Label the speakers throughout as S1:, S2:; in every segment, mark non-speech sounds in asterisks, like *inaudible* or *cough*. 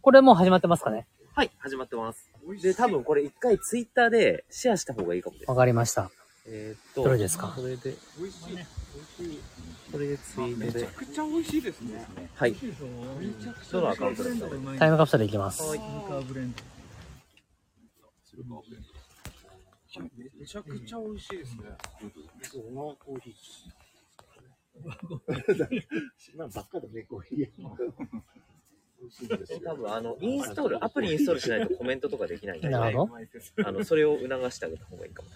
S1: これもう始まってますかね
S2: はい、始まってます。で、多分これ一回ツイッターでシェアした方がいいかもです
S1: わ。かりました。
S2: えーっと、
S1: どれですか
S2: これで、
S3: 美味しい。美味しい。
S2: これでツイー
S3: め
S2: ト
S3: ち
S2: で
S3: ゃ。くちゃ美味しいですね。
S2: はい。
S3: めちゃくち
S2: どのアカウントですか
S1: タイムカプセルいきます。
S3: ゃブレンド。めちゃくちゃ美味しいですね。
S2: 多分あの、インストール、アプリインストールしないとコメントとかできないん
S1: *laughs*
S2: で、
S1: なるほど。
S2: あの、それを促してあげた方がいいかも。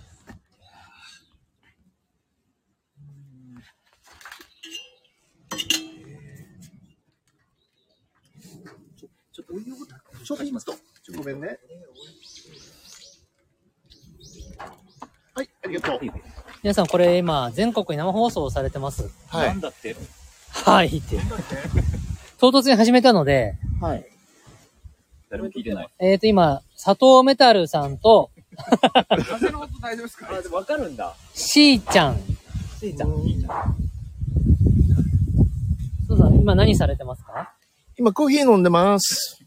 S4: ちょっと今と。ごめんね。はい、ありがとう。
S1: 皆さんこれ今、全国に生放送されてます。
S4: はい。
S2: だって。
S1: *laughs* はいって。唐突に始めたので、
S4: はい。
S2: 誰も聞いてない。
S1: えっ、ー、と今、佐藤メタルさんと、
S3: 風のこと大丈夫ですか
S2: あ、でもわかるんだ。
S1: しーちゃん。
S2: しーちゃん。
S1: そうだ、今何されてますか
S4: 今コーヒー飲んでます。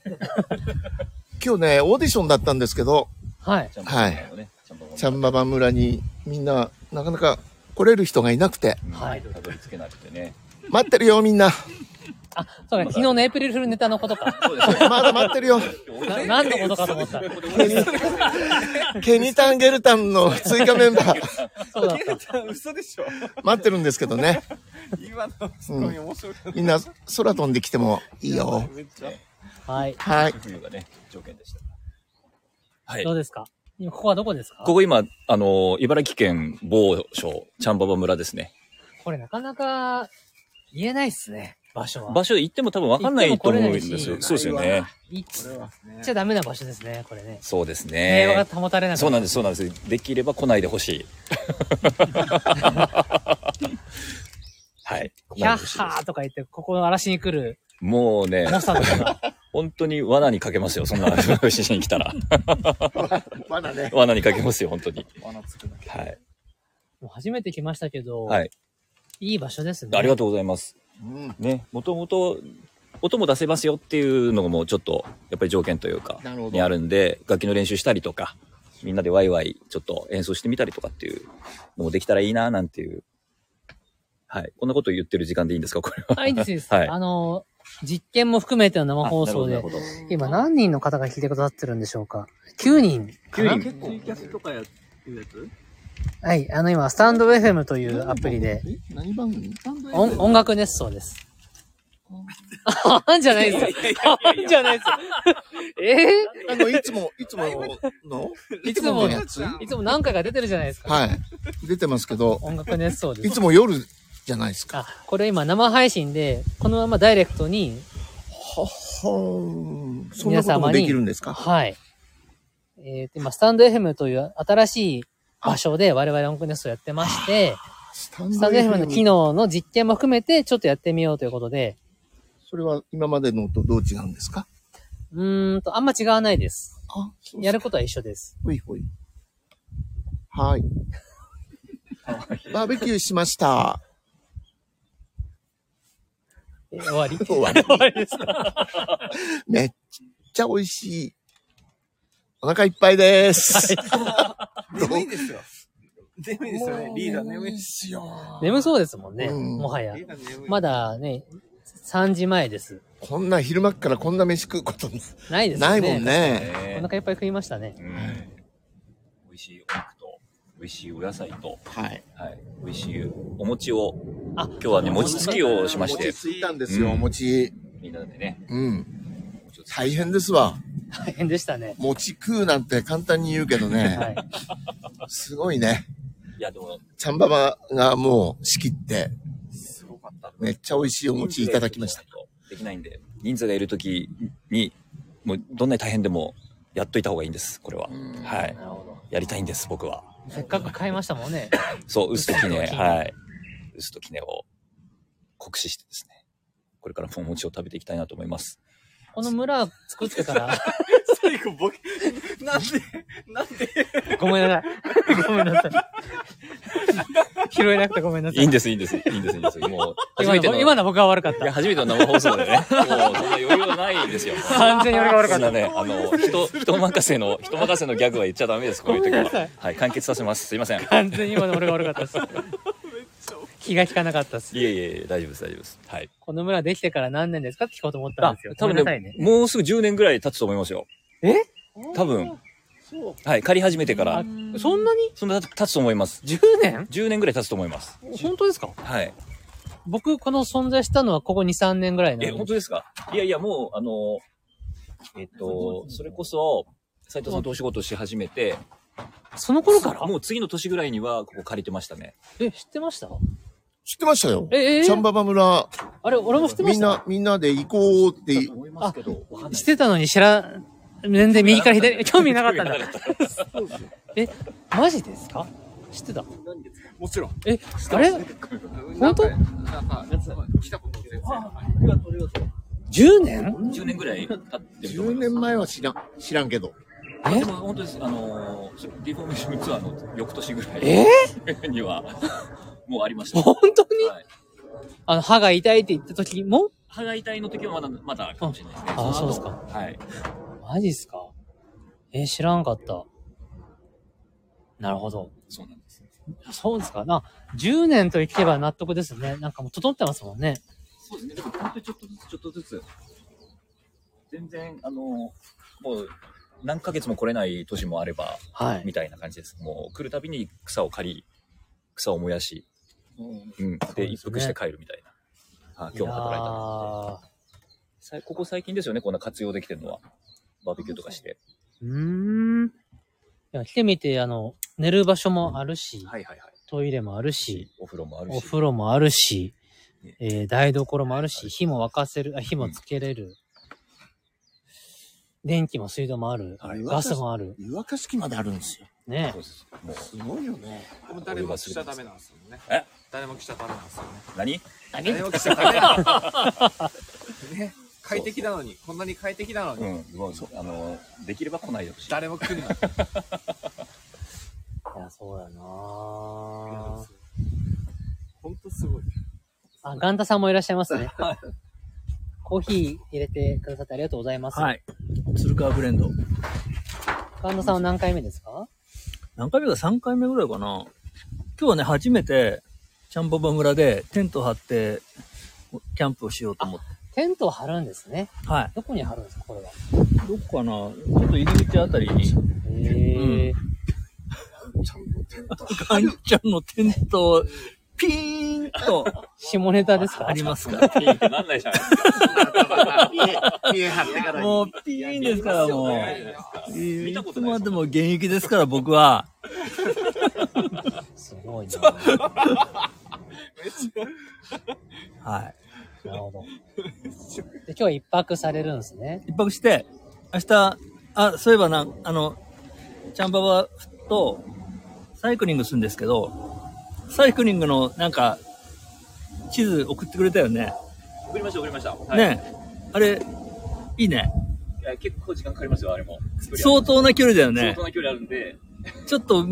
S4: *laughs* 今日ね、オーディションだったんですけど、
S1: はい。
S4: はい。
S2: ね、ちゃんと
S4: ちゃんばば村にみんな、なかなか来れる人がいなくて、
S1: はい。
S2: たどり着けなくてね。
S4: 待ってるよみんな。 *laughs*
S1: あ、そうか、昨日のエイプリルフールネタのことか。
S2: そうです
S4: まだ待ってるよ。
S1: な何のことかと思った。
S4: ケニタン・ゲルタンの追加メンバー、
S1: そうだった。
S3: 嘘でしょ
S4: 待ってるんですけどね。
S3: 今のツッコミ面白かっ
S4: みんな空飛んできてもいいよ
S3: た。。めっちゃ。
S1: はい。
S4: はい。
S5: 冬がね、条件でした。はい
S1: ど。うですか今ここはどこですか
S5: ここ今、あのー茨城県某所、チャンババ村ですね。
S1: これなかなか言えないっすね。場所は。
S5: 場所行っても多分分かんないと思うんです
S1: 行っても来れな
S5: よ。
S1: いし
S5: そうですよね。
S1: 行っ
S3: これはね
S1: ちゃダメな場所ですね、これね。
S5: そうです
S1: 平和
S5: ね。
S1: が保たれなく
S5: そうなん
S1: で
S5: です、そうなんです。できれば来ないでほしい。はい。来
S1: キ
S5: な
S1: ャッハ
S5: いでほしいです
S1: ーとか言って、ここを荒らしに来る
S5: もうね、
S1: モサドが。
S5: 本当に罠にかけますよ。そんな話に来たら。
S4: まだね。
S5: 罠にかけますよ、本当に。
S3: 罠つくだけ。
S5: はい。
S1: もう初めて来ましたけど、
S5: はい。
S1: いい場所ですね。
S5: ありが
S1: と
S5: とうございます。
S4: うん。
S5: ね、もともと音も出せますよっていうのもちょっとやっぱり条件というか
S4: なるほど
S5: にあるんで楽器の練習したりとかみんなでワイワイちょっと演奏してみたりとかっていうのもできたらいいななんていうはいこんなこと言ってる時間でいいんですかこれは
S1: はい、ですです。
S5: はい
S1: あの、実験も含めての生放送
S5: あな
S1: で
S5: るほ、どなる
S1: 今何人の方が聞いてくださってるんでしょうか ?9 人かな
S5: 九人
S3: 結構ツイキャスとかやってるやつ
S1: はい、あの今、スタンド FM というアプリで、
S4: え。何番組
S1: 音音楽熱奏です。あんじゃないですよ。あんじゃないですよ。え
S4: あの、いつも、いつもの
S1: いつものや
S4: つ
S1: ーいつも何回か出てるじゃないですか。
S4: はい。出てますけど、
S1: 音楽熱奏です。
S4: いつも夜じゃないですか。
S1: あ、これ今生配信で、このままダイレクトに、
S4: ははーそんなこともできるんですか
S1: はい。えー、今、スタンド FM という新しい場所で我々音楽ネストやってまして、
S4: スタン
S1: スタンド FM の機。能の実験も含めてちょっとやってみようということで、
S4: それは今までのとどう違うんですか
S1: うーんと、あんま違わないです。
S4: あ、そう
S1: やることは一緒です。
S4: ほいほい。はい。バーベキューしました。
S1: え終
S4: *laughs*
S1: わり
S4: 終わり
S1: ですか
S4: めっちゃ美味しい。お腹いっぱいです。
S3: 眠いですよ。眠いですよね。リーダー眠い
S4: で
S3: です
S4: すよ。
S1: 眠そうですもんね、
S4: うん
S1: もはや
S3: リ。ーダー眠い。
S1: まだね、3時前です。
S4: こんな昼間っからこんな飯食うこと
S1: ないですよ
S4: な
S1: ね。
S4: いもん。ね。
S1: お
S5: ほど
S1: 腹いっぱい食いましたね。
S5: うん美味しいお肉と美味しいお野菜と、
S4: はい。
S5: はい、美味しいお餅を
S1: あ
S5: 今日はね餅つきをしまして
S4: 餅ついたんですよ、
S5: うん
S4: 餅。
S5: みんなでね
S4: うん。
S5: 餅をつ
S4: 大変ですわ。
S1: 大変でしたね。
S4: 餅食うなんて簡単に言うけどね。
S1: *laughs* はい。
S4: すごいね。
S5: いやでも
S4: ちゃんばばがもう仕切って、
S3: すごかった。
S4: めっちゃ美味しいお餅いただきました。。
S5: できないんで、人数がいるときに、もうどんなに大変でも、やっといた方がいいんです、これは。はい。やりたいんです、僕は。
S1: せっかく買いましたもんね。
S5: そう、薄ときね、
S1: 薄ときね
S5: はい。薄ときねを酷使してですね、これからもお餅を食べていきたいなと思います。
S1: この村作ってから、
S3: *laughs* 最後ボケ、なんで、なんで、
S1: ごめんなさい。ごめんなさい。拾えなくてごめんなさい。
S5: いいんです、いいんです、いいんです、いいんです。もう、
S1: *laughs*
S5: 初
S1: 今
S5: めて
S1: の
S5: の、
S1: 今の僕は悪かっ
S5: いや、
S1: た。
S5: 初めての生
S1: *laughs*
S5: 放送でね、もう、そんな余裕はないですよ。
S1: 完全に俺が悪か
S5: そ
S1: った。
S5: んなね、あの、人、人任せの、人任せのギャグは言っちゃダメです、こういう時
S1: ごめんなさ。
S5: はいはい、完結させます。すいません。い
S1: 完全に今の俺が悪かったです。気が利かなかったです。
S5: えいえいえ、大丈夫です、大丈夫です。はい。
S1: この村できてから何年ですかって聞こうと思ったんですよ。
S5: 多分
S1: ごめんなさい
S5: ね
S1: ね。
S5: もうすぐ10年ぐらい経つと思いますよ。
S1: え
S5: 多分。はい、借り始めてから、
S1: そんなに
S5: そんな経つと思います。
S1: ?10 年
S5: 10年ぐらい経つと思います。
S1: 本当ですか
S5: はい。
S1: 僕、この存在したのはここ2、3年ぐらいな
S5: え、
S1: の
S5: 本。当ですかいやいや、もう、あの、えっと、それこそ、斉藤さんとお仕事し始めて、
S1: その頃から
S5: もう次の年ぐらいには、ここ借りてましたね。
S1: え、知ってました
S4: 知ってましたよ。
S1: ええ
S4: チャンババ村、
S1: あれ、俺も知ってま
S4: み
S1: し
S4: ん
S1: た
S4: な、みんなで行こうってい、
S5: 思いますけど、わかんない
S1: 知ってたのに知ら、全然右から左、興味なかったん
S5: *laughs*
S1: だ。え、マジですか知ってた
S3: もちろん。
S1: え、あれ本当
S3: なんか、来たこと全然。
S1: ?10 年
S5: 10年ぐらい経ってると思
S4: 10
S5: います。
S4: 年前は知らん、知らんけど。
S5: あでも本当です。あのー、それリフォーメーションツアーの翌年ぐらい
S1: え
S5: には、もうありました。
S1: 本当に
S5: はい
S1: あの、歯が痛いって言った時も
S5: 歯が痛いの時はまだ、まだかもしれないですね。
S1: ああ
S5: の後
S1: そう
S5: はい。
S1: マジっすかえー知らんかった。なるほど。
S5: そうなんです。
S1: そうですかな、10年と生きれば納得ですね。なんかもう整ってますもんね。
S5: そうですね。でも本当にちょっとずつ、ちょっとずつ、全然、あのー、もう、何ヶ月も来れない年もあれば、
S1: はい。
S5: みたいな感じです。もう来るたびに草を刈り、草を燃やし、うん。
S1: すね
S5: で、一服して帰るみたいな。あ今日も働いたんです。さいここ最近ですよね、こんな活用できてるのは。バーベキューとかして。
S1: いやーうーん。いや、来てみて、あの、寝る場所もあるし、
S5: はいはいはい。
S1: トイレもあるし、
S5: お風呂もあるし。
S1: お風呂もあるし
S5: ね、
S1: えー台所もある
S5: はい
S1: し、
S5: はい
S1: 火も沸かせる、あ火もつけれる。電気も水道もある。
S4: はい
S1: ガスもある。
S4: 湯沸かし器まであるんですよ。
S1: ね
S5: そうです。もう、
S4: すごいよね。
S3: でも誰も来ちゃダメなんですよね。
S5: え
S3: 誰も来ちゃダメなんですよね。
S5: 何
S3: 誰も来ちゃダメなんですよね。快適なのに、こんなに快適なの
S5: う
S3: に、
S5: ん、もう、あの、できれば来ないでほしい。
S3: 誰も来んな。
S1: いや、そうやなぁ
S3: ほんとすごい。
S1: あ、ガンタさんもいらっしゃいますね。コーヒー入れてくださってありがとうございます。
S6: はい。鶴川ブレンド。
S1: ガンタさんは何回目ですか
S6: 何回目か3回目ぐらいかな。今日はね、初めて、チャンババ村でテント張って、キャンプをしようと思って。
S1: テントを張るんですね。
S6: はい。
S1: どこに張るんですかこれは。
S6: どこかなちょっと入り口あたりに、
S1: へえ、
S6: ガンちゃんのテントを、ピーンと、
S1: 下ネタですか
S6: ありますから。
S5: ピンってなんないじゃないですか。
S4: 見え張ってからに。
S6: もう、ピーンですから、もう。
S5: 見た
S6: い
S5: こと
S6: つ
S5: ない
S6: までも現役ですから、僕は。
S1: すごいな。な
S6: は
S1: る *laughs* ほど。で、今日は一泊されるんですね。
S6: い。一泊して、明日、あ、そういえばな、あの、チャンババと、サイクリングするんですけど、サイクリングの、なんか、地図送ってくれたよね。
S5: 送りました、送りました。はい。
S6: ねあれ、いいね。
S5: いや結構時間かかりますよ、あれも。
S6: 相当な距離だよ
S5: う相
S6: ね
S5: 当。な距離あるんで、
S6: ちょっと、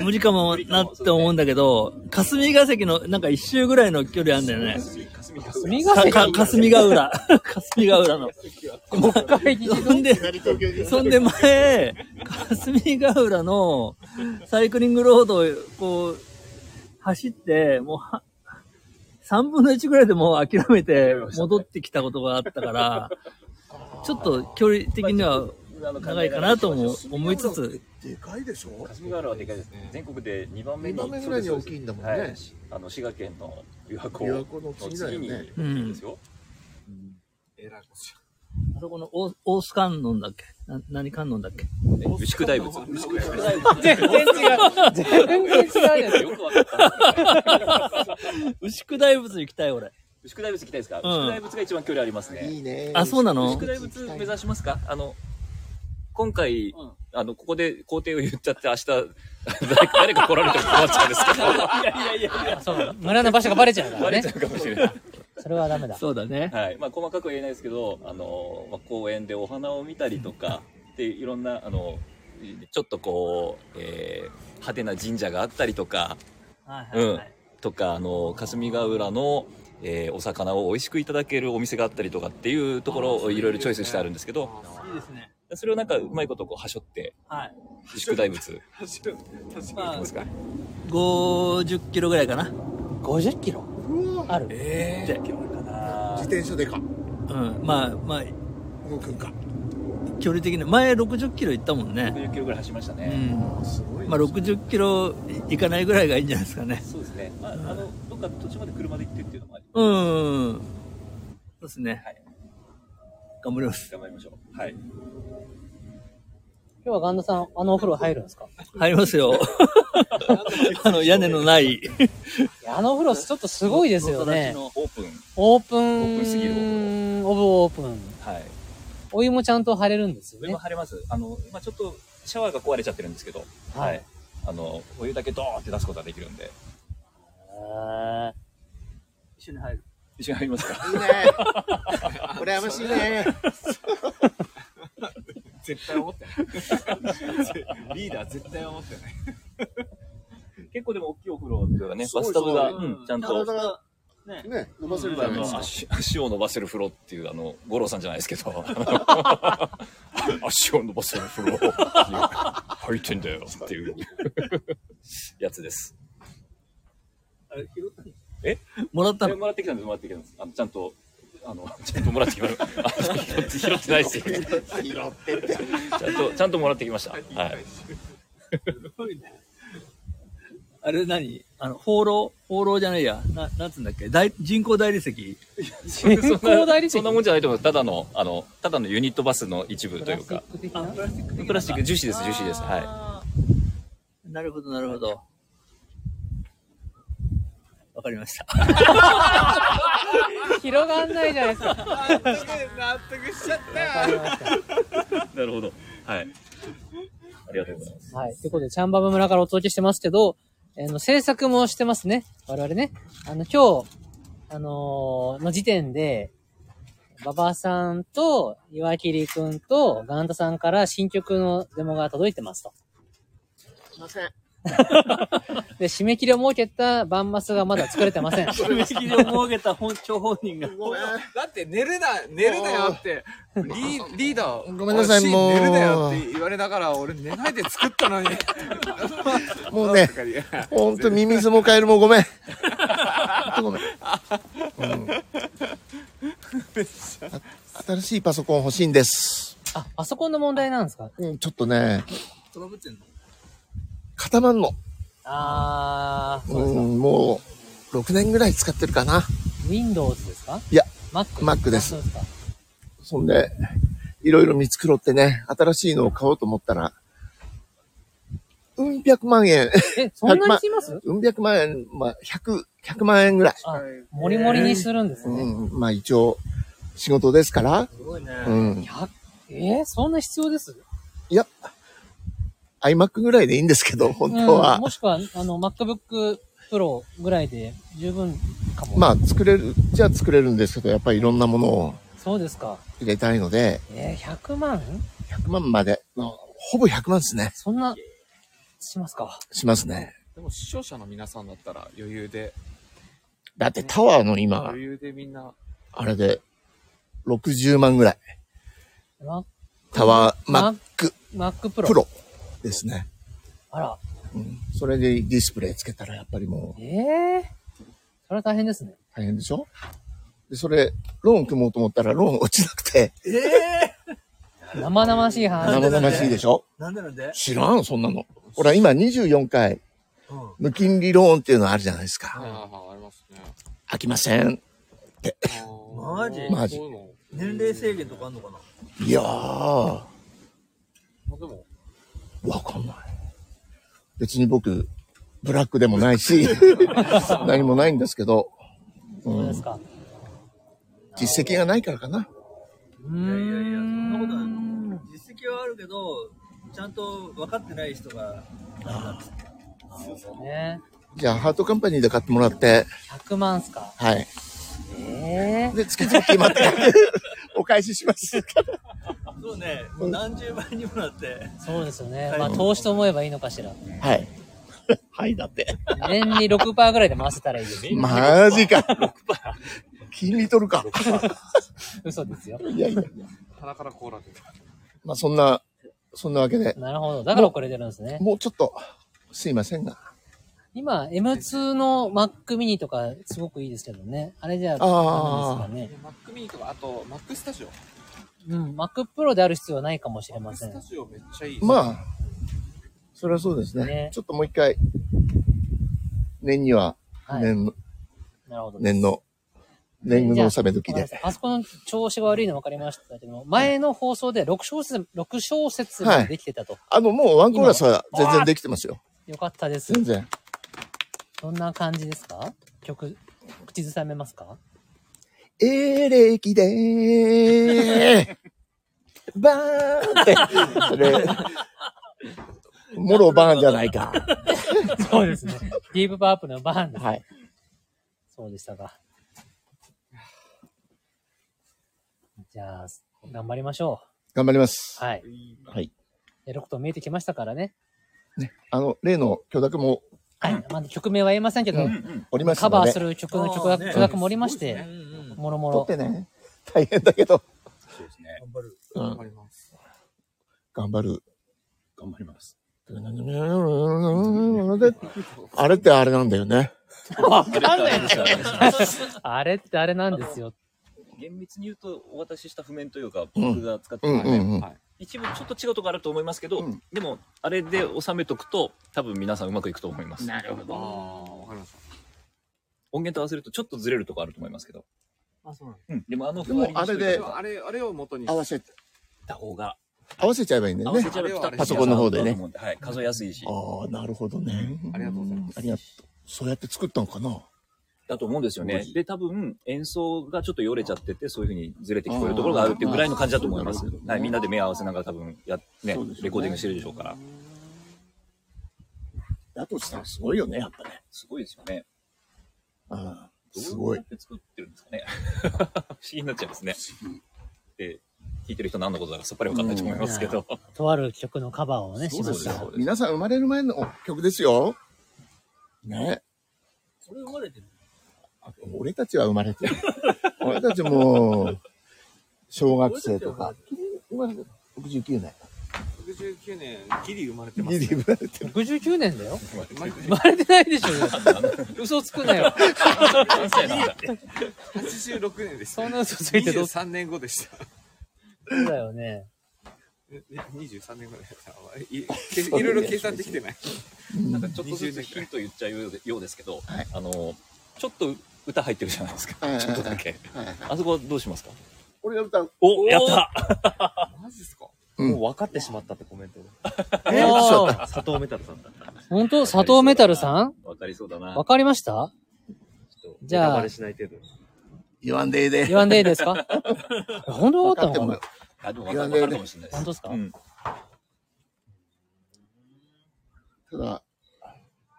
S6: 無理かもなって思うんだけど、霞ヶ関の、なんか一周ぐらいの距離あるんだよね。
S5: 霞が
S1: 霞ヶ
S6: か、
S1: 関
S6: か、霞ヶ浦。 *laughs* 霞ヶ浦の。そんで、そんで前、霞ヶ浦のサイクリングロードをこう、走って、もうは、3分の1ぐらいでもう諦めて戻ってきたことがあったから、ちょっと距離的には長いかなとも思いつつ、
S4: でかいでしょ
S5: 霞ヶ浦はでかいですね。全国で2番目に。
S4: 二番目ぐらいに大きいんだもんね
S5: そうですそうですはいあの、滋賀県の琵琶湖
S4: 琵琶湖の次だよね
S5: の次にですよ。
S3: えらいことし
S6: あそこの大大須観音だっけな何観音だっけ
S5: え牛久大仏。牛久大
S1: 全然違う。全然違うじゃない
S5: 仏。よくわかった。
S6: *laughs* 牛久大仏行きたい俺。
S5: 牛久大仏行きたいですか牛久大仏が一番距離ありますね。
S4: いいね。
S6: あ、そうなの
S5: 牛久大仏目指しますかあの、今回、あの、ここで工程を言っちゃって明日、誰か誰か来られても困っちゃうんですけ
S1: あそう、村の場所がバレちゃうか
S5: ど、バ
S1: ら
S5: レちゃ
S1: ね。
S5: うかもしれない。
S1: それはダメだ。
S6: そうだね。
S5: はい。まあ、細かくは言えないですけど、あの、まあ、公園でお花を見たりとか、っていろんな、あの、ちょっとこう、えー、派手な神社があったりとか、
S6: はいはいはい。
S5: とか、あの、霞ヶ浦の、えーお魚を美味しくいただけるお店があったりとかっていうところをいろいろチョイスしてあるんですけど、
S6: いいですね。
S5: それをなんかうまいことこう、はしょって、
S6: はい。
S5: 宿題物で
S3: 走る。走る。
S6: まあ、
S5: すか。
S6: 50キロぐらいかな。
S1: 50キロある
S4: え
S6: で、
S4: 自転車でか。
S6: うん。まあ、まあ、
S4: 動くんか。
S6: 距離的に。前60キロ行ったもんね。
S5: 60キロぐらい走りました
S6: う
S5: ね。
S6: ん。
S4: すごい
S6: まあ、60キロいかないぐらいがいいんじゃないですかね。
S5: そうですね。まあ、あの、どっか途中まで車で行ってっていうのもあり、
S6: うん。そうですね。
S5: はい
S6: 頑張ります。
S5: 頑張りましょう。はい。
S1: 今日はガンダさん、あのお風呂入るんですか
S6: 入りま
S4: *laughs*
S6: すよ。あの、屋根のない。
S1: いやあのお風呂ちょっとすごいですよね。
S5: オープン。
S1: オープン、
S5: オープンすぎるお
S1: オ
S5: 風
S1: ブオープン。
S5: はい。
S1: お湯もちゃんと張れるんですよ
S5: 上
S1: ね
S5: も。晴れます。あの、今ちょっとシャワーが壊れちゃってるんですけど、
S1: はい。
S5: あの、お湯だけドーンって出すことができるんで。
S1: へー
S6: 一緒に入る。
S5: 一緒に入りますか
S4: いいね。羨ましいね。
S3: 絶対思ってない。リーダー絶対思ってない。
S5: 結構でも大きいお風呂っていうかね、バスタブが、うん、ちゃんと。
S4: 体が、ね、伸ばせるじゃないですか。
S5: 足足を伸ばせる風呂っていうあの五郎さんじゃないですけど *laughs* 足を伸ばせる風呂っていう入ってんだよっていうやつです
S6: もらった
S5: これ。
S6: の
S5: もらってきたんですもらってきたんですあのちゃんとあのちゃんともらってきましたあ拾って拾ってないですよ
S4: 拾ってって。
S5: ちゃんとちゃんともらってきましたはい
S6: あれ何あの、放浪放浪じゃないや。な、なんつうんだっけ大人工大理石
S5: そんな
S1: 工代理石
S5: そんなもんじゃないと思うただのあのただのユニットバスの一部というか
S1: プラスチック的な
S6: ラスチック
S5: プラスチック樹脂です樹脂ですはい
S6: い。なるほど、なるほど。わかりました。
S1: 広がんないじゃないです *laughs* か。
S3: 納得納得しちゃったよ。
S5: なるほどはいありがとうございます
S1: はい。ということで、チャンバブ村からお届けしてますけど、あの、制作もしてますね。我々ね。あの、今日、あのーの時点で、馬場さんと、岩切くんと、ガンタさんから新曲のデモが届いてますと。
S4: すいません。
S1: *laughs* で、締め切りを設けたバンマスがまだ作れてません。
S6: 締め切りを設けた本張本 *laughs* 人が。
S4: ごめん。
S3: だって寝るな、寝るなよって、リーリーダー、
S4: ごめんなさい
S3: おシーン
S4: もう
S3: 寝るなよって言われながら、俺寝ないで作ったのに。
S4: *laughs* もうね
S3: と、か言え
S4: ほんとミミズもカエルもごめん。ほんとごめん。うんあ新しいパソコン欲しいんです。
S1: あ、パソコンの問題なんですか
S4: うん、ちょっとね、
S6: トラブってんの
S4: 固まんの。
S1: あー、そうですか。
S4: うん、もう、6年ぐらい使ってるかな。
S1: Windows ですか
S4: いや、
S1: Mac。
S4: Mac です
S1: そうか
S4: そんで、いろいろ見繕ってね、新しいのを買おうと思ったら、うん、百万円、 *laughs*
S1: え、そんなにします
S4: うん、百万円、まあ、百、百万円ぐらい。
S1: あ、もりもりにするんです
S4: う
S1: ね。
S4: ん、まあ一応、仕事ですから、
S6: すごいね。
S4: うん。
S1: 100えーそんな必要です
S4: いや、iMac ぐらいでいいんですけど、本当
S1: う
S4: は
S1: ん、。もしくは、あの、MacBook Pro ぐらいで十分かも。
S4: まあ作れる、じゃあ作れるんですけど、やっぱりいろんなものを
S1: そうですか。
S4: 入れたいので、
S1: えー、100万
S4: 100万まで、まあほぼ100万ですね。
S1: そんな、しますか。
S4: しますね。
S3: でも視聴者の皆さんだったら余裕で、
S4: だってタワーの今
S3: 余、裕でみんな、
S4: あれで、60万ぐらい。
S1: マ
S4: タワー、
S1: マ
S4: Mac
S1: ッ Mac Pro。
S4: Pro ですね。
S1: あら、
S4: うん。それでディスプレイつけたらやっぱりもう
S1: ええー、それは大変ですね。
S4: 大変でしょで、それ、ローン組もうと思ったらローン落ちなくて、
S6: ええ
S1: 生々しい話。
S4: 生々しいでしょ
S6: なんでなんで
S4: 知らん、そんなの。ほら、今24回、
S6: うん。
S4: 無金利ローンっていうのあるじゃないですか。
S3: ありますね。
S4: 飽きません。
S6: マジ
S4: マジ
S3: そういうの
S6: 年齢制限とかあんのかない
S4: やー、わ
S3: まあでも、
S4: かんない。別に僕、ブラックでもないし、何もないんですけど、
S1: そうですか。
S4: 実績がないからかな。
S1: う
S6: いやいやいや、そんなこと
S1: ーん
S6: はない。実績はあるけど、ちゃんと分かってない人が、
S1: ね。
S4: じゃあ、ハートカンパニーで買ってもらって、
S1: 100万っすか。
S4: はい。
S1: ええ
S4: で、月々またお返しします。
S6: どをね、もう何十倍にもなって、
S1: そうですよね
S6: は。い
S1: まあ、投資と思えばいいのかしら。
S4: はい。はい、だって。
S1: 年に6%ぐらいで回せたらいいです。
S4: マジか。金利取るか。
S1: 嘘ですよ。
S4: いやいや。
S3: 鼻からコーラで。
S4: まあそんな、そんなわけで、
S1: なるほど。だから遅れてるんですね。
S4: もうちょっと、すいませんが。
S1: 今、M2 の Mac mini とかすごくいいですけどね。あれじゃ
S4: あー
S1: ダメですかね。
S3: マックミニとか、あと、マックスタジオ。
S1: うん。Mac Pro である必要はないかもしれ
S3: マ
S1: ま
S3: ック
S1: せ
S3: スタ
S1: ん。
S3: ジオめっちゃいい。
S4: まあ、それはそうですね。
S1: ね
S4: ちょっともう一回、年には、
S1: はい
S4: 年、
S1: なるほど。
S4: 年の、年貢の納め時
S1: わかりま
S4: で
S1: し。たパソコンの調子が悪いの分かりましたけども、前の放送で6小節、6小節までできてたと。
S4: あの、もうワンコーラスは全然できてますよ。
S1: よかったです。
S4: 全然。
S1: どんな感じですか曲、口ずさめますか
S4: エレ
S1: *laughs*
S4: キでー、バーンって、それ、もろバーンじゃないか。
S1: そうですね。 *laughs* ディープパープルのバーンです。
S4: はい。
S1: そうでしたか。じゃあ、頑張りましょ
S4: 頑張ります
S1: う。。はい。
S4: はい。
S1: やること見えてきましたからね。
S4: あの、例の許諾も
S1: はい。まだ曲名は言えませんけど、
S4: おります
S1: カ
S4: の
S1: バー
S4: で、
S1: する曲の曲
S6: あ
S1: が、
S6: ーね
S1: 許諾もおりまして、
S3: うんうん。
S1: もろも
S4: 撮
S1: ろ
S4: っ。てね。大変だけど、
S5: そうですね。
S6: 頑張る。
S4: う
S3: 頑
S4: ん
S3: 張、ります。
S4: 頑張る。
S5: 頑張ります。
S4: あれってあれなんだよね。
S5: わかんないですよ。
S1: あれってあれなんですよ。
S5: 厳密に言うと、お渡しした譜面というか、
S4: うん
S5: 僕が使って
S4: う
S5: る
S4: ん
S5: 譜
S4: う
S5: 面
S4: んうん。
S3: はい
S5: 一部ちょっと違うとこあると思いますけど、
S4: うん
S5: でも、あれで収めとくと、多分皆さんうまくいくと思います。
S3: ああ、わかりました。
S5: 音源と合わせるとちょっとずれるとこあると思いますけど。
S6: あ、そうなんだ。
S5: うん。でもあの
S4: でも
S5: 譜割りにしとい
S4: え
S5: て
S4: え
S3: でもあれ、あれを元に。
S4: 合わせて、
S5: た方が、
S4: 合わせちゃえばいいんだよ
S5: 合わ
S4: ね
S5: せ。ちゃえばピタッと
S4: パソコンの方でね
S5: 合うと思うん。はい。数えやすいし。
S4: ああ、なるほどね。。
S3: ありがとうございます
S4: ありがとう。そうやって作ったのかな
S5: だと思うんですよね。で、多分演奏がちょっとよれちゃってて、そういうふうにずれて聞こえるところがあるっていうぐらいの感じだと思います。はい。みんなで目を合わせながら多分や、ね、
S4: そうですよね
S5: レコーディングしてるでしょうから。
S4: だとしたらすごいよね、やっぱね。
S5: すごいですよね。
S4: うん。
S5: どう
S4: すごい
S5: やっ。て作ってるんですかね。 *laughs* 不思議になっちゃいますね。で、聞いてる人何のことだかさっぱりわかんないと思いますけど。
S1: とある曲のカバーをね、しま
S5: う
S1: し
S5: です
S1: た
S5: よ。
S4: 皆さん生まれる前の曲ですよ。ね。
S6: これ生まれてる。
S4: 俺たちは生まれてる。俺たちもう、小学生とか。生まれてる69年。
S3: 69年、ギリ生まれてます、
S4: ギリ
S3: ね。
S4: 生まれてる。
S1: 69年だよ。
S3: 生まれて
S1: 生まれてないでしょうよ。嘘つくなよ。
S5: *laughs*
S3: 86年です、
S1: そんな嘘ついてどうす
S3: 23年後でした。
S1: るんだよね。
S3: え23年後でした。いけいろいろ計算できてない。
S5: なんかちょっとずつヒント言っちゃうようでようですけど、
S4: はい
S5: あの、ちょっと歌入ってるじゃないですか。
S4: はいはいはい
S5: ちょっとだけ。あそこどうしますか
S4: 俺が歌う。
S5: おやった
S3: マジですか
S4: うん
S7: もう分かってしまったってコメントで。
S1: えー、
S7: 佐藤メタルさんだ。
S1: 本当佐藤メタルさん
S5: わかりそうだな
S1: わ。かりました
S7: ちょっと
S1: じゃあ
S7: ネタバレしない程度に。
S4: 言わんでええで。
S1: 言わんでいいです *laughs* か本当
S4: 分
S1: わか
S4: か
S1: っ
S4: ったて
S1: のかな
S4: もらう
S5: あ、でもわかわかるかもしれないで
S1: 本
S5: す。
S1: 当ですか、
S5: うん。
S4: ただ、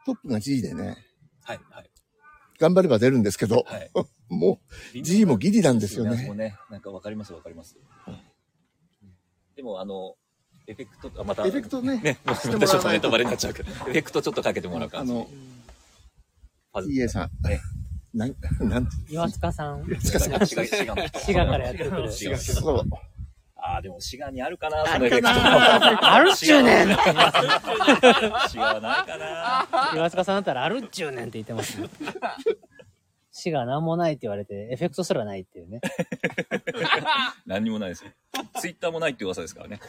S4: トップが G でね、
S5: はい、はい。
S4: 頑張れば出るんですけど、
S5: はい
S4: もう G もギリなんですよ
S5: あそ
S4: ね。
S5: こね、なんかわかりますわかります。でもあの、エフェクト、あ、また、
S4: エフェクトね、
S5: ね、もう
S4: してもらわないと
S5: 私はネタバレになっちゃうけど、エフェクトちょっとかけてもらう
S4: あ
S5: 感じ。
S4: の、
S5: パズ
S4: EA さん、
S5: ね
S4: *laughs* なん、なんて、
S1: 岩塚さん、
S5: 違う違う違う
S1: 滋賀からやってくる。
S5: 違う
S4: そう、
S5: ああ、でも滋賀にあるかな、そのエフェクト。
S1: あるっちゅうねん
S5: 滋賀はないかな。
S1: 岩塚さんだったらあるっちゅうねんって言ってますね。死が何もないって言われて、エフェクトすらないっていうね。
S5: 何にもないですよ。ツイッターもないって噂ですからね。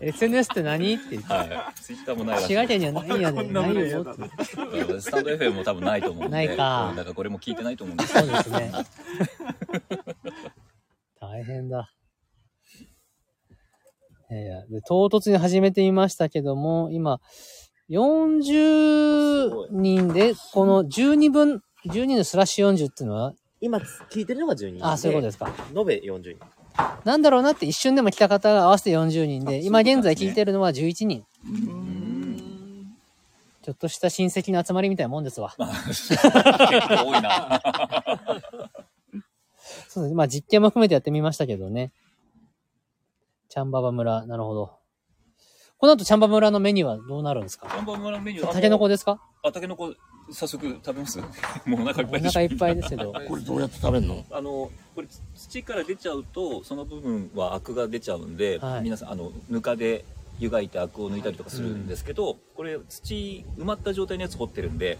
S1: SNS って何って言って。
S5: はい。ツイッターもないらしい
S1: 滋賀県にはないんやで、ないよって。
S5: スタンド FM も多分ないと思うんで。
S1: ないか
S5: だからこれも聞いてないと思うんです
S1: そうですね。大変だ。いやいや、で、唐突に始めてみましたけども、今、40人で、この12分、12のスラッシュ40っていうのは、
S7: 今聞いてるのが12人。
S1: あ、そういうことですか。
S7: 延べ40人。
S1: なんだろうなって一瞬でも来た方が合わせて40人で、今現在聞いてるのは11人。ちょっとした親戚の集まりみたいなもんですわ。
S5: 結構
S1: *laughs*
S5: 多いな。
S1: そうですね。まあ実験も含めてやってみましたけどね。チャンババ村、なるほど。この後チャンバ村のメニューはどうなるんですか
S5: 看板村メニュー。
S1: タケノコ
S5: で。
S1: ですか
S5: あ、タケノコ、早速食べます
S1: *laughs*
S5: もうお腹い
S1: お
S5: っぱいでしょ
S1: 腹いっぱいですけ
S5: *laughs*
S1: ど。
S4: これどうやって食べるの
S5: あの、これ土から出ちゃうと、その部分はアクが出ちゃうんで、
S1: はい
S5: 皆さん、あの、ぬかで湯がいてアクを抜いたりとかするんですけど、これ土埋まった状態のやつ掘ってるんで、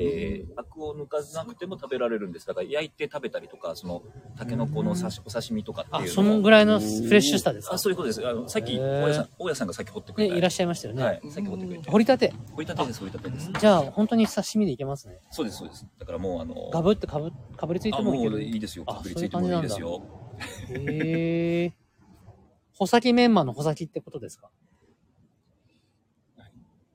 S5: えーアクを抜かなくても食べられるんです。だから焼いて食べたりとか、その、タケノコの刺しお刺身とかっていうの
S1: あ、
S5: も
S1: そのぐらいのフレッシュさですか
S5: あ、そういうことです。あの、さっ
S1: へ
S5: き、
S1: ー
S5: 大家さん、大家さんがさっき掘ってく
S1: ね、
S5: れた。
S1: いらっしゃいましたよね。
S5: はい、さっき掘ってくれて。
S1: 掘りたて。
S5: 掘りたてです、掘りたてです。
S1: じゃあ、本当に刺身でいけますね。
S5: そうです、そうです。だからもう、あの、
S1: ガブってかぶ、かぶりつい
S5: あ、
S1: てもい
S5: も
S1: け
S5: う
S1: る。
S5: いいですよ。
S1: あ
S5: かぶりついてもいいですよ。
S1: へえ。穂先メンマの穂先ってことですか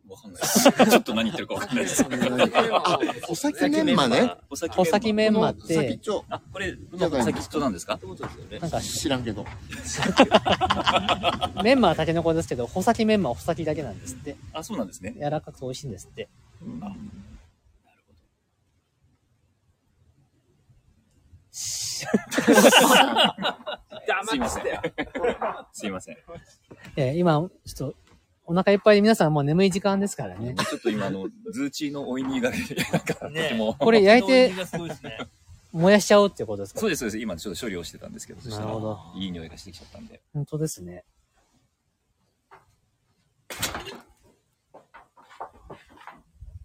S5: わかんないです。 *laughs* ちょっと何言ってるかわかんないです。
S4: あ、お酒メンマね。
S5: お先
S1: 穂先メンマっ、
S4: この先ってちょ、
S5: あ、これ、お先っちょなんですか
S1: なんか、
S4: 知らんけど。
S1: *laughs* メンマはタケノコですけど、穂先メンマは穂先だけなんですって。
S5: あ、そうなんですね。
S1: 柔らかくて美味しいんですって。
S5: すいません。すいません。
S1: え、今、ちょっと、お腹いっぱいで皆さんもう眠い時間ですからね。
S5: ちょっと今、あの、ズーチーのおいにがけで、なんか、と
S6: ね
S5: ても。
S1: これ焼いて
S6: 香りがすごいですね。
S1: 燃やしちゃおうっていうことですか
S5: そうです、そうです。今、ちょっと処理をしてたんですけど、そした
S1: な
S5: ら
S1: るほど、
S5: いい匂いがしてきちゃったんで。
S1: 本当ですね。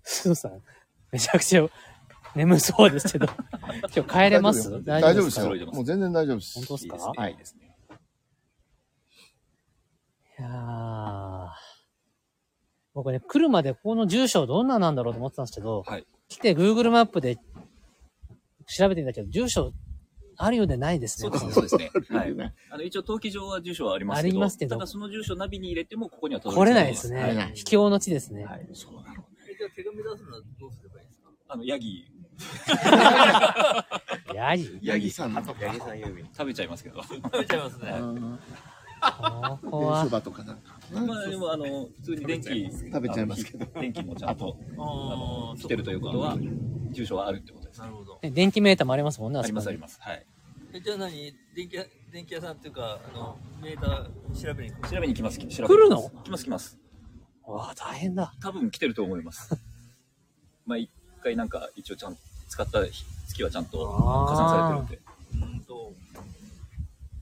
S1: 須藤さん、めちゃくちゃ眠そうです
S5: *laughs*
S1: けど、今日帰れます
S4: 大丈夫です
S1: か
S4: よ。もう全然大丈夫です。
S1: 本当です
S5: いい
S1: か
S5: ですね。いいですね。
S1: いやー僕ね、来るまでここの住所どんななんだろうと思ってたんですけど、
S5: はい
S1: 来て Google マップで調べてみたけど、住所あるようでないです
S5: そ
S1: ね。
S5: うですね、そうですね。は
S4: よ
S5: *laughs* い。
S4: ね
S5: あの、一応、登記上は住所はありますけど。
S1: ありますけど
S5: ただ、その住所をナビに入れても、ここには
S1: 来れないです
S4: 来れな
S1: ね
S4: い。
S1: 秘境の地ですね。
S5: はい。
S6: えじゃあ手紙出すのはどうすればいいですか
S5: あの、ヤギ、
S1: ヤギ。
S4: ヤギさんの
S7: 八
S4: とか
S7: 木、さん郵便。
S5: 食べちゃいますけど。
S6: 食べちゃいますね。
S1: ここ
S4: 電
S1: は
S5: *laughs*
S4: そ。ばとかなんか。
S5: まあ、でも、あの、普通に電気、
S4: 食べちゃいますけど。
S5: 電気もちゃんと。
S6: あー
S5: 来てるということは、住所はあるってことです。
S6: なるほど。
S1: ね電気メーターもありますもんね、
S5: あ
S1: そこ
S5: り
S1: に
S5: ますあります。はい。
S6: えじゃあ何電気屋電気屋さんっていうか、あの、メーター調べに行く
S5: 調べに来ます。調べに来ます
S1: 来るの
S5: 来ます来ます。
S1: わあ、大変だ。
S5: 多分来てると思います。まあ一回なんか一応ちゃんと使った月はちゃんと加算されてるんで。
S6: と、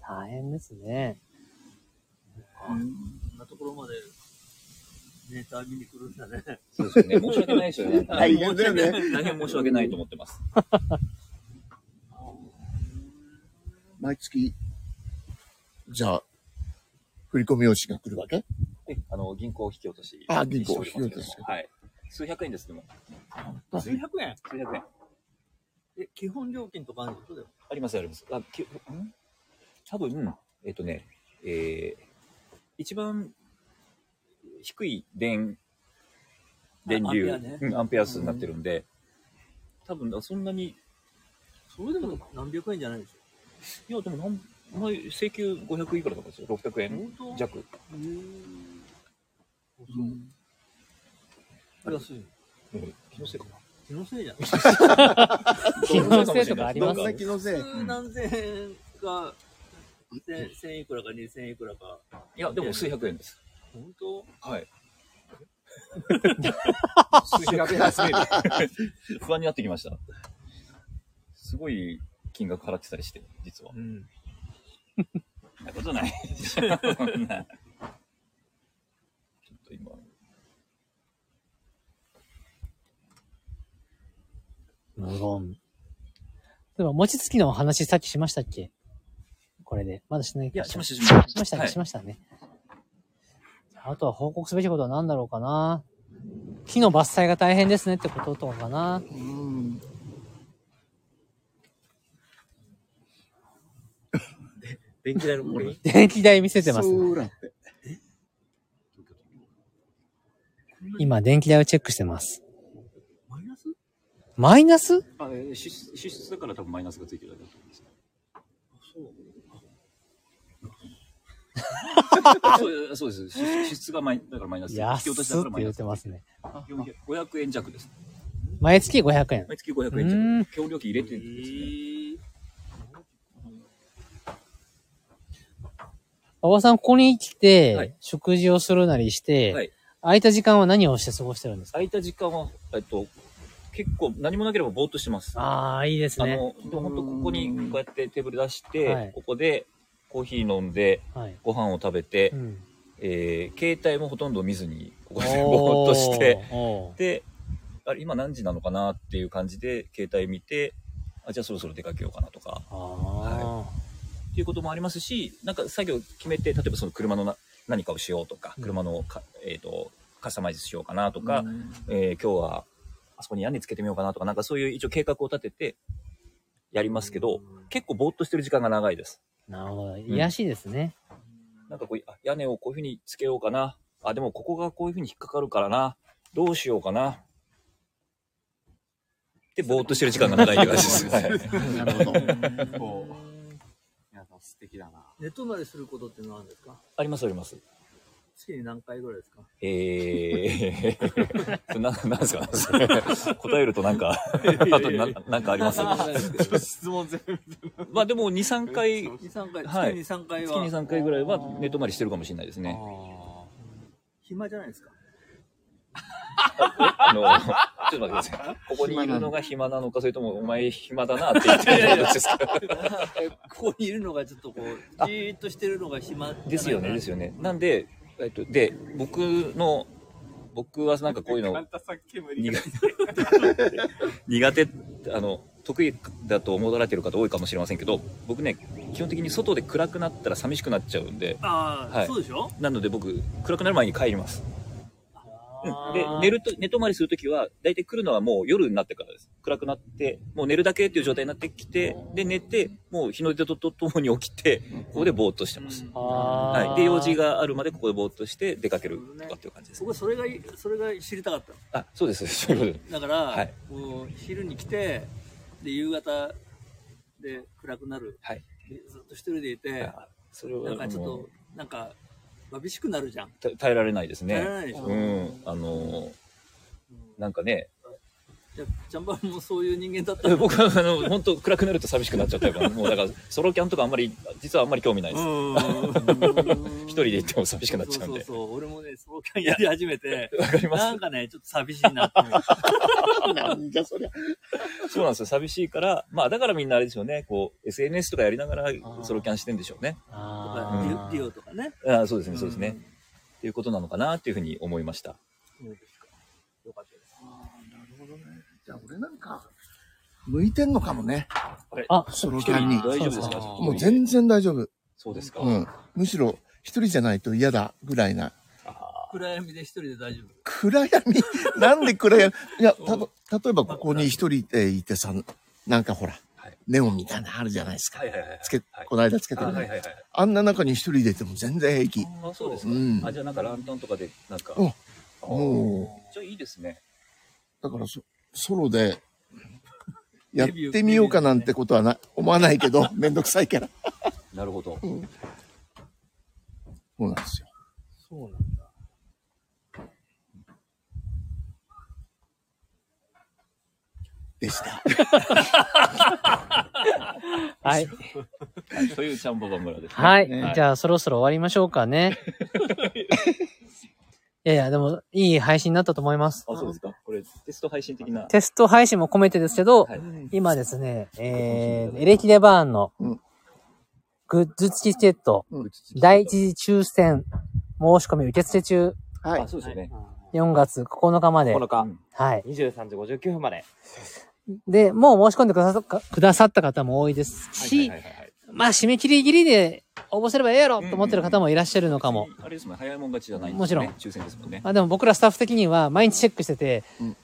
S1: 大変ですね。
S6: こんなところまでメーター見に来るんだね。
S5: そうですよね。申し訳ないですよ
S6: *laughs*
S5: ね。
S4: 大変だよね。
S5: 大変申し訳ないと思ってます。
S4: 毎月、じゃあ、振込用紙が来るわけ
S5: であの、銀行引き落とし。
S4: あ銀行
S5: しておりますけ
S4: 引き落とし
S5: どもはい。数百円です、でも。
S6: 数百円
S5: 数百円。
S6: え、基本料金とかあるってことだよ。
S5: ありますあります。あ、きん多分、えっとね、えー、一番低い電、電流、
S6: あアンペアね
S5: うんアンペア数になってるんで、多分そんなに、
S6: それでも何百円じゃないでし
S5: い
S6: ょ。
S5: や、でもなん、前、請求500いくらとかですよ。600円
S6: 本当
S5: 弱。
S6: へーそう。安い。
S5: うん気のせいかな。
S6: 気のせいじゃん。
S1: *laughs* 気のせいとかあり
S4: ど
S1: ま
S4: ん
S1: す
S4: な気のせい。
S6: 普通何千円か、千千いくらか二千いくらか。
S5: いや、でも数百円です。
S6: 本当
S5: はい。
S3: 数学が詰める。
S5: *laughs* 不安になってきました。すごい金額払ってたりして、実は。
S6: うん。
S5: そんなことない。そんなちょっと今。
S1: 無言。でも、餅つきのお話さっきしましたっけこれで。まだしない
S5: いや、しま
S1: し
S5: した、しまし
S1: ました
S5: た。
S1: ね、
S5: はい
S1: しましたね。あとは報告すべきことは何だろうかな。木の伐採が大変ですねってこととかな。
S4: うん。
S7: 電気代のこ *laughs* れ。
S1: 電気代見せてますね、
S4: そうらって。
S1: 今、電気代をチェックしてます。
S6: マイナス
S1: マイナス
S5: あえー支出支出だから多分マイナスがついてるだけだと思います。あそう *laughs* そうです。支出支出がマイだからマイナス。引
S1: 安
S5: き
S1: っ
S5: 落と
S1: て
S5: しだからマイ
S1: 言
S5: ナ
S1: っ
S5: ス
S1: て。ますね。
S5: 400 500円弱です。
S1: 毎月500円。
S5: 毎月500
S1: うーん
S5: 円弱。協料金入れてるんですね。
S1: あ馬場さん、ここに来て、
S5: はい
S1: 食事をするなりして、
S5: はい
S1: 空いた時間は何をして過ごしてるんですか
S5: 空いた時間は、えっと、結構何もなければぼーっとしてます。
S1: ああ、いいです
S5: あ
S1: ね。
S5: の、でも本当ここにこうやってテーブル出して、
S1: はい
S5: ここでコーヒー飲んで、
S1: はい。
S5: ご飯を食べて、
S1: うん。
S5: えー携帯もほとんど見ずに、ここで *laughs* ぼーっとして、
S1: おー。
S5: で、あれ、今何時なのかなっていう感じで、携帯見て、あ、じゃあそろそろ出かけようかなとか、
S1: おーあ
S5: っていうこともありますし、なんか作業決めて、例えばその車のな何かをしようとか
S1: う、ん
S5: 車のか、えっ、と、カスタマイズしようかなとか、えー今日はあそこに屋根つけてみようかなとか、なんかそういう一応計画を立ててやりますけど、結構ぼーっとしてる時間が長いです。
S1: ーなるほど。癒やしいですね。
S5: なんかこう、あ屋根をこういうふうにつけようかな。あ、でもここがこういうふうに引っかかるからな。どうしようかな。で、ぼーっとしてる時間が長いって感じです。
S1: *laughs*
S5: はい
S8: なるほど。
S4: *laughs*
S3: こう。皆さん素敵だな。
S6: 寝泊まりすることっていうのはあるんですか
S5: ありますあります。
S6: 月に何回ぐらいですか
S5: えー、 *laughs* それな、なんですか *laughs* それ答えるとなんか、あとななんかあります
S3: 質問全部。
S5: まあでも2、3回、月
S6: ?2、3回、
S5: はい
S6: 月に3回は。
S5: に3回ぐらいは寝泊まりしてるかもしれないですね。
S6: 暇じゃないですか
S5: あの、ちょっと待ってください。ここにいるのが暇なのか、それともお前暇だなって言ってるのかどっちですか
S6: えここにいるのがちょっとこう、じーっとしてるのが暇
S5: ですよね、です
S6: よ。
S5: よね。なんで、えっと、で、僕の、僕はなんかこういうの
S3: 簡単さっき無理
S5: 苦 *laughs* 苦手、あの、得意だと思われてる方多いかもしれませんけど、僕ね、基本的に外で暗くなったら寂しくなっちゃうんで、
S6: ああ、
S5: はい
S6: そうでしょ
S5: なので僕、暗くなる前に帰ります。うんで
S1: あー、
S5: 寝ると、寝泊まりするときは、大体来るのはもう夜になってからです。暗くなって、もう寝るだけっていう状態になってきて、で、寝て、もう日の出ととともに起きて、ここでぼーっとしてます。
S1: あー
S5: はい。で、用事。があるまでここでぼーっとして出かけるとかっていう感じですね。
S6: 僕はそれが、それが知りたかったの
S5: あ、そうです。そういうことです。
S6: だから、
S5: はい
S6: もう昼に来て、で、夕方で暗くなる。
S5: はい
S6: でずっと一人でいて、
S5: あそれは
S6: なんかちょっ
S5: も
S6: と、なんか、わびしくなるじゃん。
S5: うた耐えられないですね。
S6: 耐えられないでしょ
S5: うん。あのーなんかね、 *laughs*
S6: じゃあジャンバンもそういう人間だったの
S5: 僕はあの、本当暗くなると寂しくなっちゃうタイ *laughs* プなんでもうだから、ソロキャンとかあんまり、実はあんまり興味ないです。一人で行っても寂しくなっちゃうん
S6: そうそう
S5: で。
S6: そう。俺もね、ソロキャンやり始めて、
S5: わかります
S6: なんかね、ちょっと寂しいなって思う。
S8: なんじゃそりゃ。
S5: そうなんですよ。寂しいから、まあだからみんなあれですよね、こう、SNS とかやりながらソロキャンしてんでしょうね。
S6: と
S1: あー
S6: か、リオリオとかね。
S5: ああそうですね、そうですね。っていうことなのかなっていうふうに思いました。
S6: そうですか。よかったです。
S8: なるほどね。じゃあ俺なんか、向いてんのかもね。
S1: あ
S8: ソロキャンに。
S5: 大丈夫ですか
S8: もう全然大丈夫。
S5: そうですか。
S8: うん。むしろ、一人じゃないと嫌だぐらいな。
S6: 暗闇で一人で大丈夫。
S8: 暗闇 *laughs* なんで暗闇いや、たと、例えばここに一人でいてさ、なんかほら、ネオンみたいなのあるじゃないですか。
S5: はいはいはい。
S8: つけ、
S5: はい
S8: この間つけてる
S5: はい
S8: ね。
S5: はいはい。
S8: あんな中に一人でいても全然平気。
S5: あそうです
S8: う
S5: か。
S8: ん。
S5: あ、じゃあなんかランタンとかで、なんか。
S8: お
S5: あー
S8: も
S5: じゃあいいですね。
S8: だからそ、ソロで、やってみようかなんてことはな、思わないけど、めんどくさいから。
S5: なるほど。
S8: そうなんですよ。
S6: そうなんだ。
S8: でした。
S1: はい。
S5: はいというチャンボバ村です、ね。
S1: はい、
S5: はい
S1: じゃあそろそろ終わりましょうか
S5: *laughs*
S1: ね。いやいや、でもいい配信だったと思います。
S5: あ、そうですか。これ、テスト配信的な。
S1: テスト配信も込めてですけど、
S5: はい。
S1: 今ですね、えー、エレキデバーンの
S8: うん
S1: グッズ付きチケット、
S8: うん
S1: 第一次抽選、申し込み受付中、
S8: はい
S5: あ、。そうですよね。
S1: 4月9日まで。
S2: 9日、
S1: はい。
S2: 23時59分まで。
S1: で、もう申し込んでくださったくださった方も多いですし、
S5: はいはいはい。
S1: まあ締め切りギリで応募すればええやろと思ってる方もいらっしゃるのかも。
S5: あれですもんね。早いもん勝ちじゃないんですよね。
S1: もちろん
S5: 抽選ですもんね。
S1: まあでも僕らスタッフ的には毎日チェックしてて、
S8: うん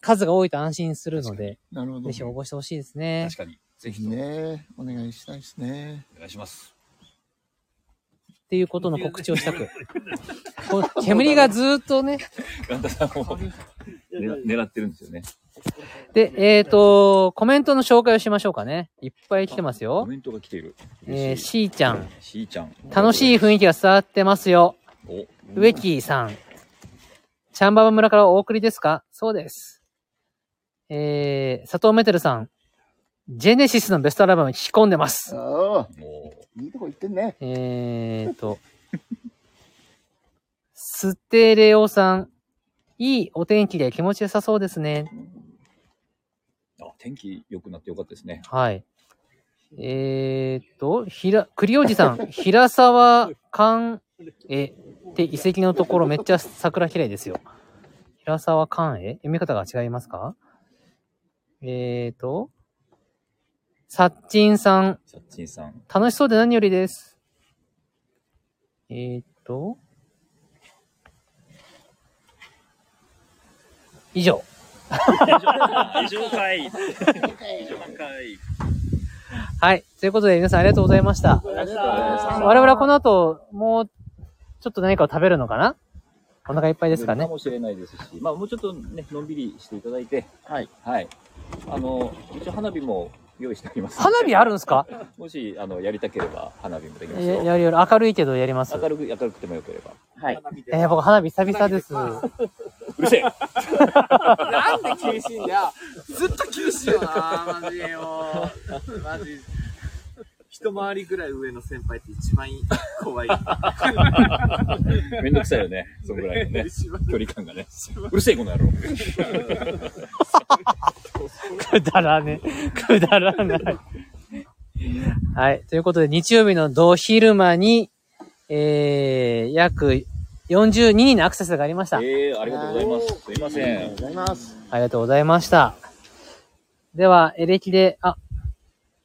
S1: 数が多いと安心するので、
S8: なるほど。
S1: ぜひ応募してほしいですね
S5: 確。かに。ぜ
S8: ぜ
S5: ひ
S8: ひ
S5: と
S8: ね、お願いしたいですね。
S5: お願いします。
S1: っていうことの告知をしたく。 *laughs* この煙がずーっとね。
S5: ガンタさんを狙狙ってるんですよね。
S1: で、えっ、と、コメントの紹介をしましょうかね。いっぱい来てます
S5: コ
S1: よ。
S5: メントが来ている。
S1: えー、
S5: 嬉しい
S1: しーちゃん。
S5: しーちゃん。
S1: 楽しい雰囲気が伝わってますよ。
S5: お、
S1: 植木さん。チャンババ村からお送りですかそうです。えー、佐藤メテルさん。ジェネシスのベストアルバムに引き込んでます。
S4: ああ、
S5: も
S4: いいとこ行ってんね。
S1: えーと、ステレオさん、いいお天気で気持ちよさそうですね。
S5: う、あ天気良くなってよかったですね。
S1: はい。えーと、ひら、栗おじさん、平沢寛えって遺跡のところめっちゃ桜綺麗ですよ。平沢寛え読み方が違いますかえーと、さっちんさん、
S5: サッチンさん。
S1: 楽しそうで何よりです。えーっと。以上。
S5: 以上かい。以上かい。
S1: はい。ということで皆さんありがとうございました。我々はこの後、もう、ちょっと何かを食べるのかなお腹いっぱいですかね
S5: か。もしれないですし、まあもうちょっとね、のんびりしていただいて、
S4: はい。
S5: はい。あの、一応花火も用意しております。
S1: 花火あるんですか
S5: もし、あの、やりたければ花火もできます
S1: や
S5: よ。
S1: やるやる。明るいけどやります。
S5: 明るく、明るくてもよければ。
S4: はい。
S1: えー僕花火久々です。
S5: うるせえ
S3: なんで厳しいんだよ。ずっと厳しいよな、マジでよ。マジ。一回りぐらい上の先輩って一番怖い。
S5: めんどくさいよね。そのぐらいのね、
S3: 一番
S5: 距離感がね。うるせえ、この野郎。
S1: くだらね。くだらない。はい。ということで、日曜日の土昼間に、えー、約42人のアクセスがありました。
S5: ええありがとうございます。すいませ
S4: ありがと
S5: ん。
S4: うございます。
S1: ありがとうございました。では、エレキで、あ、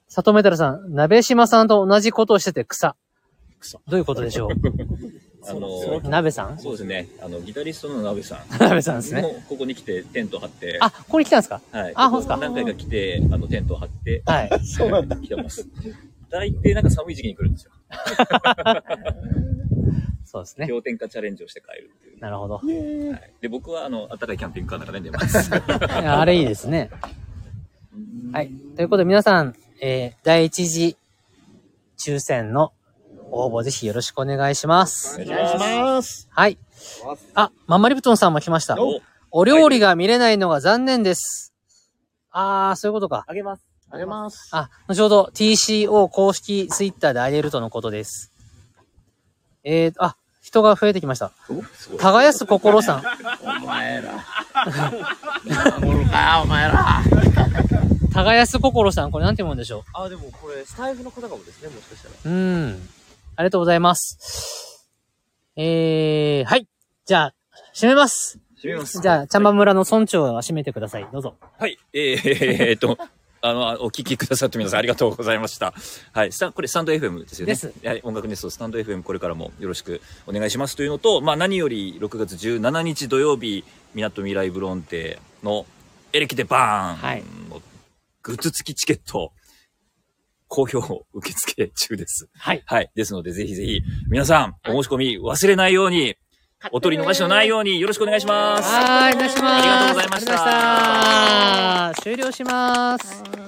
S1: 里メタルさん、鍋島さんと同じことをしてて草。
S5: 草
S1: どういうことでしょ
S5: あの
S1: う、鍋さん
S5: そうですね。あの、ギタリストのなべさ
S1: *laughs*
S5: ん。
S1: 鍋さんですね。
S5: もうここに来てテント張って、
S1: あ、ここに来たんですか
S5: はい。
S1: あほん
S5: こ
S1: と
S5: こ
S1: か
S5: 何回か来て、あの、テント張って、
S1: はい。
S5: そうなんだ。来てます。大抵なんか寒い時期に来るんですよ。
S1: そうですね。
S5: 氷点下チャレンジをして帰るっていう。
S1: なるほど。
S5: はいで、僕はあの、暖かいキャンピングカーの中で寝 *laughs* ます。
S1: いやあれいいですね。はい。ということで皆さん、えー、第一次抽選の応募ぜひよろしくお願いします。
S5: お願いし
S4: ます。
S1: はい。あ、ママリプトンさんも来ました。
S5: お
S1: お料理が見れないのが残念です。あー、そういうことか。
S2: あげます。
S4: あげます。
S1: あ、後ほど TCO 公式ツイッターであげるとのことです。えー、あ、人が増えてきました。耕す心さん。
S4: お前ら。おるか、お前ら。
S1: 耕す心さん、これなんて読むんでしょう
S2: あ、でもこれ、スタイフの方かもですね、もしかしたら。
S1: うん。ありがとうございます。えー、はい。じゃあ、閉めます。
S5: 閉めます。
S1: じゃあ、ちゃんば村の村長は閉めてください。どうぞ。
S5: はい、えー、えーっと、あの、あお聞きくださって皆さんありがとうございました。はい、スタこれスタンド FM ですよね。
S1: です
S5: はい、音楽ネストスタンド FM これからもよろしくお願いしますというのと、まあ何より6月17日土曜日、みなとみらいブロンテのエレキでバ
S1: はい
S5: ーンのグッズ付きチケット、好評を受付中です。
S1: はい。
S5: はい。ですので、ぜひぜひ、皆さん、お申し込み忘れないように、お取り逃しのないようによろしくお願いします。
S1: はーい、お願いします。
S5: ありがとうございました
S1: ありがとうございました終了します。